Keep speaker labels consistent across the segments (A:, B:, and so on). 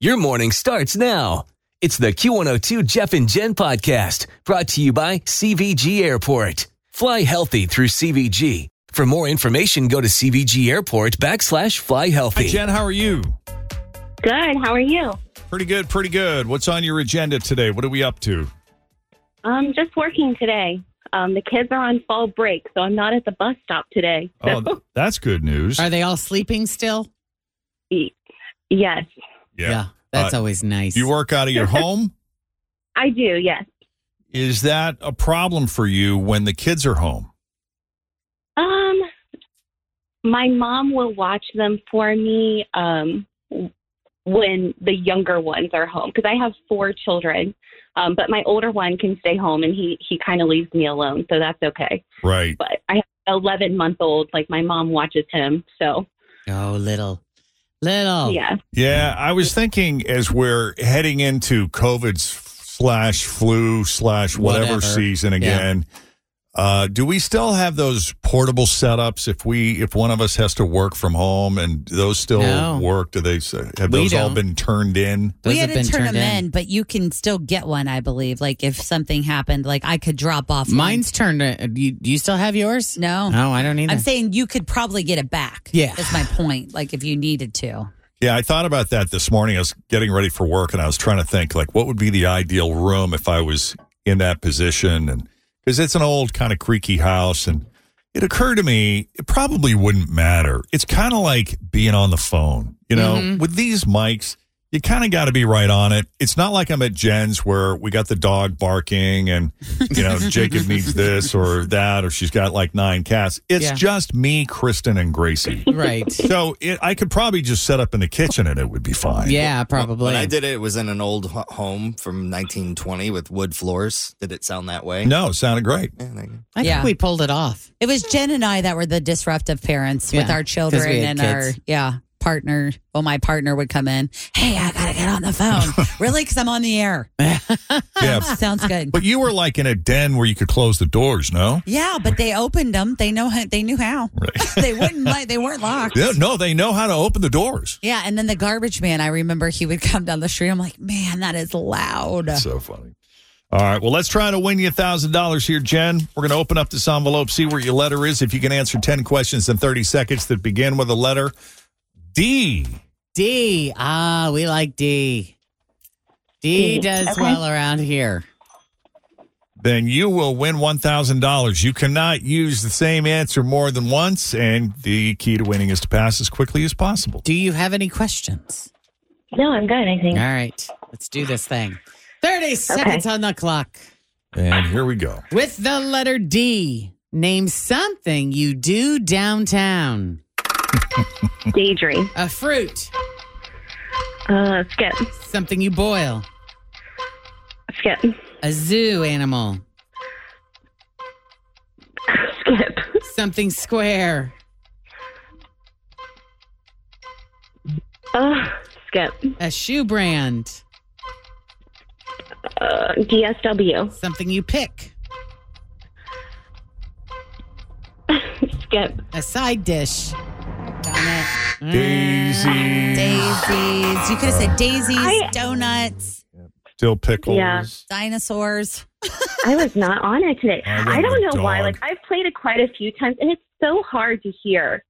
A: Your morning starts now. It's the Q102 Jeff and Jen podcast brought to you by CVG Airport. Fly healthy through CVG. For more information, go to CVG Airport backslash fly
B: Hi,
A: healthy.
B: Jen. How are you?
C: Good. How are you?
B: Pretty good, pretty good. What's on your agenda today? What are we up to?
C: Um, just working today. Um, the kids are on fall break, so I'm not at the bus stop today. So,
B: Oh, that's good news.
D: Are they all sleeping still?
C: yes,
D: that's
B: Uh,
D: always nice.
B: You work out of your home?
C: I do. Yes.
B: Is that a problem for you when the kids are home?
C: Um, my mom will watch them for me um, w- when the younger ones are home because I have four children, um, but my older one can stay home and he he kind of leaves me alone, so that's okay.
B: Right.
C: But I have an 11 month old, like my mom watches him, so
D: oh, little, little.
C: yeah.
B: Yeah, I was thinking as we're heading into COVID slash flu slash whatever,
D: Whatever.
B: season
D: Yeah.
B: again. Uh, do we still have those portable setups if we if one of us has to work from home and those still
D: No.
B: work? Do they say have
D: We
B: those all
D: don't.
B: been turned in?
D: Those
E: we had
D: have
E: to
D: been
E: turn
D: turned
E: them in. but you can still get one, I believe. Like if something happened, like I could drop off. one.
D: Mine's turned. In. Uh, Do you, do you still have yours?
E: no.
D: No, I don't either.
E: I'm saying you could probably get it back.
D: Yeah.
E: that's my point. Like if you needed to.
B: Yeah, I thought about that this morning. I was getting ready for work and I was trying to think like what would be the ideal room if I was in that position and cuz it's an old kind of creaky house and it occurred to me it probably wouldn't matter. It's kind of like being on the phone, you know,
D: Mhm.
B: with these mics you kind of got to be right on it. It's not like I'm at Jen's where we got the dog barking and, you know, Jacob needs this or that, or she's got like nine cats. It's
D: Yeah.
B: just me, Kristen, and Gracie.
D: right.
B: So it, I could probably just set up in the kitchen and it would be fine.
D: Yeah,
F: When
D: probably.
F: I did it, it was in an old ho- home from 1920 with wood floors. Did it sound that way?
B: No, it sounded great.
F: Yeah, there you go.
D: I think
E: Yeah.
D: we pulled it off.
E: It was Jen and I that were the disruptive parents with
D: Yeah,
E: our children
D: 'cause we had
E: and
D: kids.
E: our yeah partner. Well, my partner would come in. Hey, I gotta get on the phone. really? Because I'm on the air.
B: Yeah.
E: Sounds good.
B: but you were like in a den where you could close the doors, no?
E: Yeah, but they opened them. They know how, they knew how.
B: Right.
E: they wouldn't like they weren't locked.
B: Yeah, no, they know how to open the doors.
E: Yeah, and then the garbage man. I remember he would come down the street. I'm like, man, that is loud.
B: So funny. All right. Well, let's try to win you $1,000 here, Jen. We're going to open up this envelope, see where your letter is. If you can answer 10 questions in 30 seconds that begin with a letter D.
D: D. Ah, we like D. D
C: D,
D: does
C: okay.
D: well around here.
B: then you will win $1,000. You cannot use the same answer more than once, and the key to winning is to pass as quickly as possible.
D: Do you have any questions?
C: No, I'm good. I
D: All
C: think.
D: right, let's do this thing. Thirty seconds on the clock.
B: And here we go.
D: With the letter D, name something you do downtown.
C: Daydream.
D: A fruit,
C: Uh, skip.
D: something you boil,
C: Skip.
D: a zoo animal,
C: Skip.
D: something square,
C: Uh, skip.
D: a shoe brand,
C: Uh, DSW.
D: something you pick,
C: Skip.
D: a side dish.
E: Darn it.
D: Mm.
B: Daisy,
E: Daisies. You could have said daisies,
C: I-
E: donuts,
B: dill pickles.
C: Yeah.
E: dinosaurs.
C: I was not on it today.
B: I went
C: I, don't know
B: with
C: why.
B: dog.
C: Like I've played it quite a few times, and it's so hard to hear.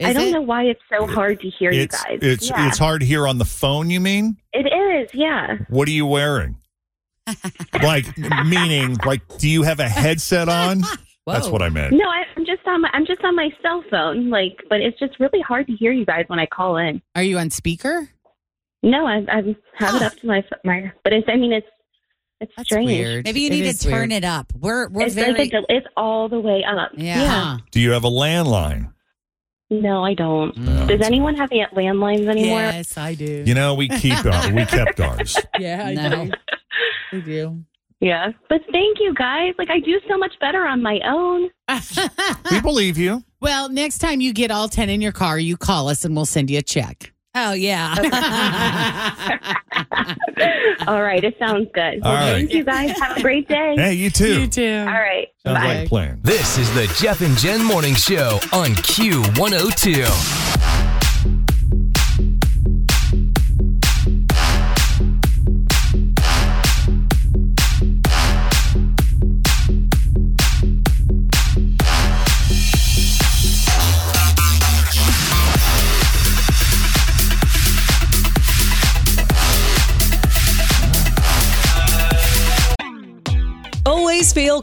D: Is
C: I don't
D: it?
C: know why it's so hard to hear
B: It's,
C: you guys.
B: it's,
C: yeah.
B: it's hard here on the phone, you mean?
C: It is, yeah.
B: What are you wearing? like, meaning, like, do you have a headset on? That's
E: Whoa.
B: what I meant.
C: No, I, I'm just on my I'm just on my cell phone. Like, but it's just really hard to hear you guys when I call in.
D: Are you on speaker?
C: No, I, I have it up to my ph- my. But it's I mean it's it's
D: That's
C: strange.
D: weird.
E: Maybe you need to turn it up. We're we're
C: It's, there's
E: very
C: like a, it's all the way up.
E: Yeah.
D: Yeah.
B: Do you have a landline?
C: No, I don't.
B: No.
C: Does anyone have ant- landlines anymore?
D: Yes, I do.
B: You know, we keep uh, we kept ours.
D: Yeah, I
E: No.
D: do. I do.
C: Yeah. But thank you guys. Like I do so much better on my own.
B: We believe you.
D: well, next time you get all 10 in your car, you call us and we'll send you a check.
E: Oh yeah.
C: All right, it sounds good.
B: All right.
C: Thank you guys. Have a great day.
B: Hey, you too.
D: You too.
C: All right.
B: Sounds
C: bye.
B: like a plan.
A: This is the Jeff and Jen Morning Show on Q102.
G: Always feel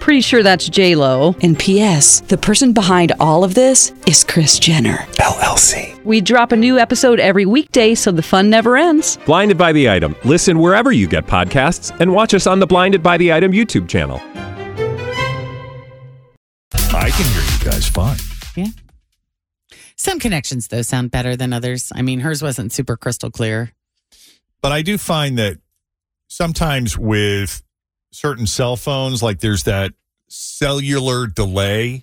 H: Pretty sure that's J Lo.
G: And P.S. The person behind all of this is Chris Jenner.
I: LLC.
H: We drop a new episode every weekday, so the fun never ends.
I: Blinded by the item. Listen wherever you get podcasts, and watch us on the Blinded by the Item YouTube channel.
B: I can hear you guys fine.
D: Some connections, though, sound better than others. I mean, hers wasn't super crystal clear.
B: But I do find that sometimes with certain cell phones, like there's that cellular delay.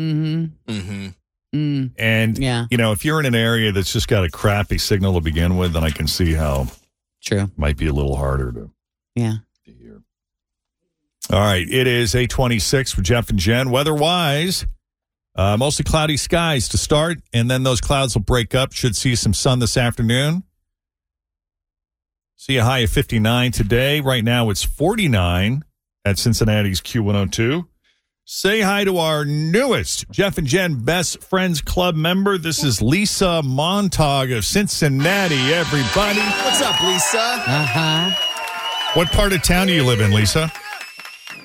D: Mm
F: Mm-hmm.
D: hmm. Mm.
B: And,
D: Yeah,
B: you know, if you're in an area that's just got a crappy signal to begin with, then I can see how it
D: true.
B: might be a little harder to,
D: Yeah.
B: to hear. All right. It is 826 with Jeff and Jen. Weather wise, uh, mostly cloudy skies to start, and then those clouds will break up. Should see some sun this afternoon. See a high of 59 today. Right now it's 49 at Cincinnati's Q102. Say hi to our newest Jeff and Jen Best Friends Club member. This is Lisa Montag of Cincinnati, everybody.
F: What's up, Lisa?
D: Uh huh.
B: What part of town do you live in, Lisa?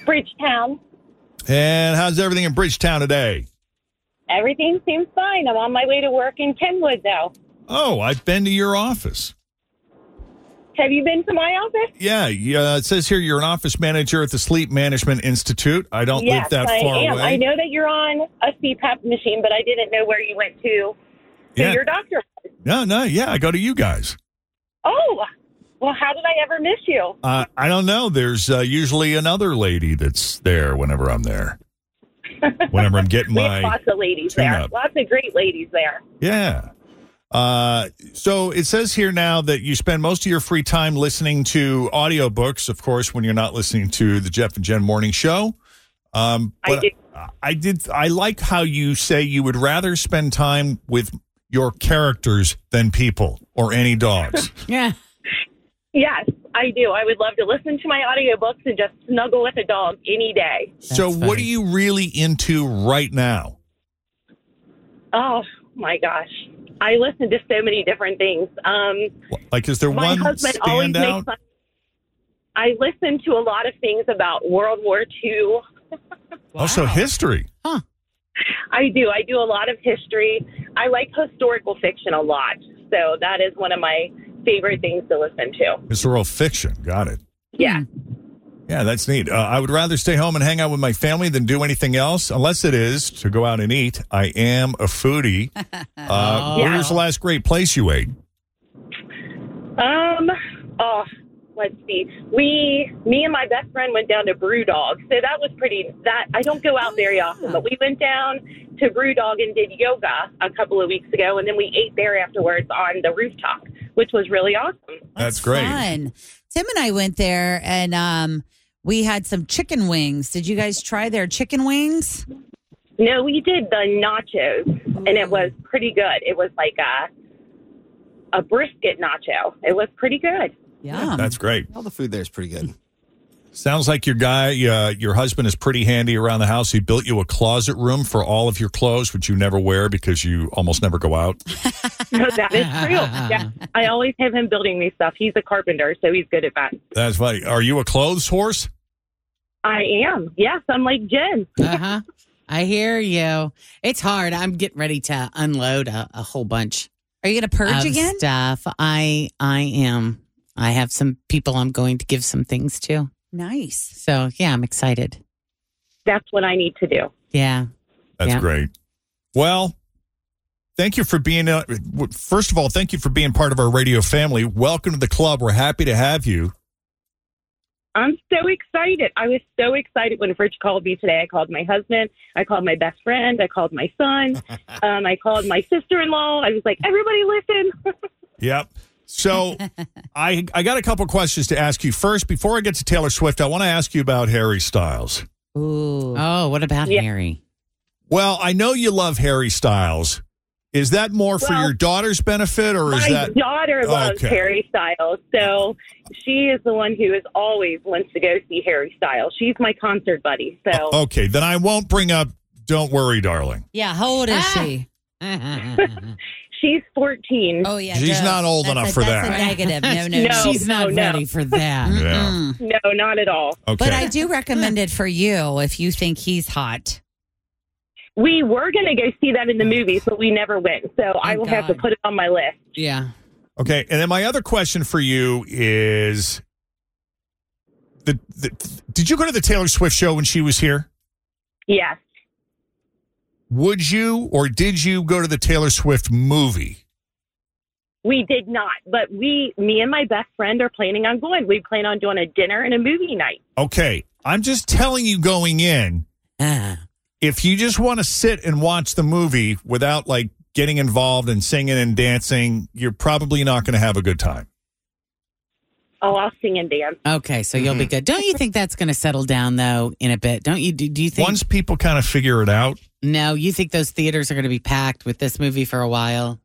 C: Bridgetown.
B: And how's everything in Bridgetown today?
C: Everything seems fine. I'm on my way to work in Kenwood now.
B: Oh, I've been to your office.
C: Have you been to my office?
B: Yeah, yeah. It says here you're an office manager at the Sleep Management Institute. I don't
C: yes,
B: live that
C: I
B: far
C: am.
B: away.
C: I know that you're on a CPAP machine, but I didn't know where you went to. to
B: Yeah.
C: your doctor.
B: No, no. Yeah, I go to you guys.
C: Oh, well, how did I ever miss you?
B: Uh, I don't know. There's uh, usually another lady that's there whenever I'm there. whenever I'm getting
C: We have
B: my
C: lots of ladies there.
B: tune-up.
C: Lots of great ladies there.
B: yeah. Uh, so it says here now that you spend most of your free time listening to audiobooks, of course, when you're not listening to the Jeff and Jen Morning Show. Um,
C: I do.
B: I did. I like how you say you would rather spend time with your characters than people or any dogs.
D: Yeah.
C: Yes, I do. I would love to listen to my audiobooks and just snuggle with a dog any day.
B: so,
D: That's
B: what are
D: funny.
B: you really into right now?
C: Oh, my gosh. I listen to so many different things. Um,
B: Like, is there
C: my
B: one
C: husband always makes
B: standout?
C: fun. I listen to a lot of things about World War II.
B: Also, history.
C: I do. I do a lot of history. I like historical fiction a lot. So that is one of my favorite things to listen to.
B: Historical fiction. Got it.
C: Yeah.
B: Yeah, that's neat. Uh, I would rather stay home and hang out with my family than do anything else, unless it is to go out and eat. I am a foodie. Uh, Where's the last great place you ate?
C: Um, oh, let's see. We, me and my best friend went down to Brewdog. So that was pretty, that, I don't go out very often, but we went down to Brewdog and did yoga a couple of weeks ago. And then we ate there afterwards on the rooftop, which was really awesome.
B: That's great.
E: Fun. Tim and I went there and um we had some chicken wings. Did you guys try their chicken wings?
C: No, we did the nachos, and it was pretty good. It was like a a brisket nacho. It was pretty good.
E: Yeah.
B: That's great.
F: All the food there is pretty good.
B: Sounds like your guy, uh, your husband is pretty handy around the house. He built you a closet room for all of your clothes, which you never wear because you almost never go out.
C: No, that is true. Yeah, I always have him building me stuff. He's a carpenter, so he's good at that.
B: That's funny. Are you a clothes horse?
C: I am. Yes, I'm like Jen.
D: Uh huh. I hear you. It's hard. I'm getting ready to unload a, a whole bunch.
E: Are you going to purge
D: of
E: again?
D: Stuff. I I am. I have some people I'm going to give some things to.
E: Nice.
D: So yeah, I'm excited.
C: That's what I need to do.
D: Yeah.
B: That's
D: Yeah.
B: great. Well, thank you for being. Uh, first of all, thank you for being part of our radio family. Welcome to the club. We're happy to have you.
C: I'm so excited. I was so excited when Rich called me today. I called my husband. I called my best friend. I called my son. um, I called my sister in law. I was like, everybody listen.
B: Yep. So I I got a couple questions to ask you first. Before I get to Taylor Swift, I want to ask you about Harry Styles.
D: Ooh. Oh, what about Harry?
B: Well, I know you love Harry Styles. Is that more for your daughter's benefit, or is
C: my
B: that
C: daughter loves
B: Okay.
C: Harry Styles. So she is the one who is always wants to go see Harry Styles. She's my concert buddy. So.
B: Okay, then I won't bring up. Don't worry, darling.
E: Yeah. How old is she?
C: She's 14.
E: Oh, yeah.
B: She's
E: no.
B: not old
E: That's
B: enough
E: a-
B: for
E: that's
B: that.
E: A negative. No, no.
C: No,
D: She's not
C: Oh, no, no.
D: ready for that.
B: Yeah.
E: Mm.
C: No, not at all.
B: Okay.
E: But I do recommend it for you if you think he's hot.
C: We were going to go see that in
B: Oh.
C: the movies, but we never went. So I will have to put it on my list.
D: Yeah.
B: Okay, and then my other question for you is: the, the did you go to the Taylor Swift show when she was here?
C: Yes.
B: Would you or did you go to the Taylor Swift movie?
C: We did not, but we, me and my best friend, are planning on going. We plan on doing a dinner and a movie night.
B: Okay, I'm just telling you going in.
D: Ah.
B: If you just want to sit and watch the movie without like getting involved and singing and dancing, you're probably not going to have a good time.
C: Oh, I'll sing and dance.
D: Okay, so
B: Mm-hmm.
D: you'll be good. Don't you think that's going to settle down though in a bit? Don't you? Do, do you think?
B: Once people kind of figure it out,
D: no, you think those theaters are going to be packed with this movie for a while?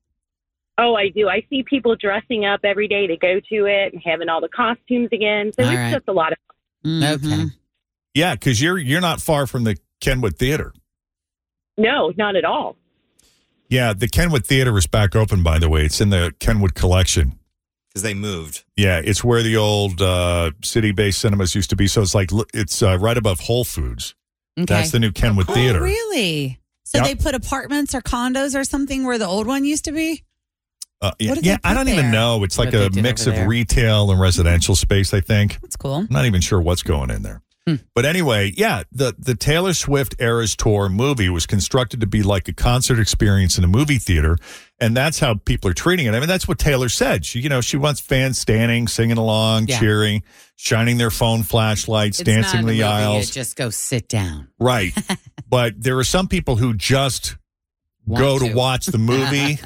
C: Oh, I do. I see people dressing up every day to go to it and having all the costumes again. So
D: All
C: it's
D: right.
C: just a lot of
D: Mm-hmm. Okay.
B: yeah, because you're you're not far from the Kenwood Theater.
C: no, not at all.
B: Yeah, the Kenwood Theater is back open, by the way. It's in the Kenwood Collection.
I: because they moved.
B: Yeah, it's where the old uh, city-based cinemas used to be. So it's like li- it's uh, right above Whole Foods.
D: Okay.
B: That's the new Kenwood Theater.
E: Oh, really? So
B: Yep.
E: they put apartments or condos or something where the old one used to be?
B: Uh, yeah,
E: What did
B: yeah
E: they
B: I
E: put
B: don't even
E: there?
B: know. It's
D: What
B: like
D: they
B: a
D: did
B: mix
D: over
B: of
D: there.
B: retail and residential space. I think
E: That's cool.
B: I'm not even sure what's going in there.
D: Hmm.
B: But anyway, yeah, the the Taylor Swift Eras Tour movie was constructed to be like a concert experience in a movie theater, and that's how people are treating it. I mean, that's what Taylor said. She, you know, she wants fans standing, singing along,
D: Yeah.
B: cheering, shining their phone flashlights,
D: It's not
B: dancing
D: a
B: the
D: movie, you
B: aisles,
D: Just go sit down.
B: right? but there are some people who just go
D: Want
B: to watch the movie.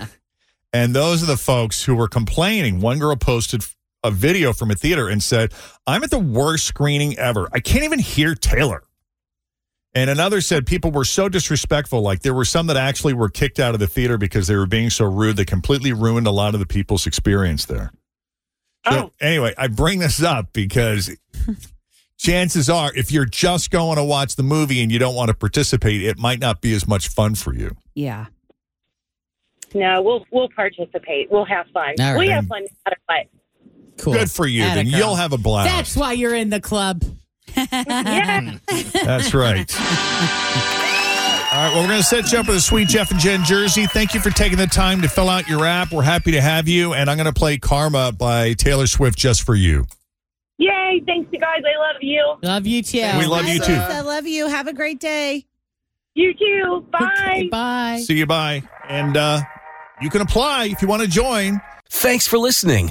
B: And those are the folks who were complaining. One girl posted f- a video from a theater and said, I'm at the worst screening ever. I can't even hear Taylor. And another said, people were so disrespectful. Like there were some that actually were kicked out of the theater because they were being so rude. They completely ruined a lot of the people's experience there. So, anyway, I bring this up because chances are, if you're just going to watch the movie and you don't want to participate, it might not be as much fun for you.
E: Yeah.
C: No, we'll we'll participate. We'll have fun.
D: All right.
C: We have fun no matter what.
D: Cool.
B: Good for you.
D: Atta
B: then
D: girl.
B: you'll have a blast.
D: That's why you're in the club.
C: Yeah.
B: That's right. All right, well, we're going to set you up with a sweet Jeff and Jen jersey. Thank you for taking the time to fill out your app. We're happy to have you. And I'm going to play Karma by Taylor Swift just for you.
C: Yay. Thanks, you guys. I love you.
D: Love you too.
B: We love you too.
E: I love you. Have a great day.
C: You too. Bye.
D: Bye.
B: See you. Bye. And uh, you can apply if you want to join.
A: Thanks for listening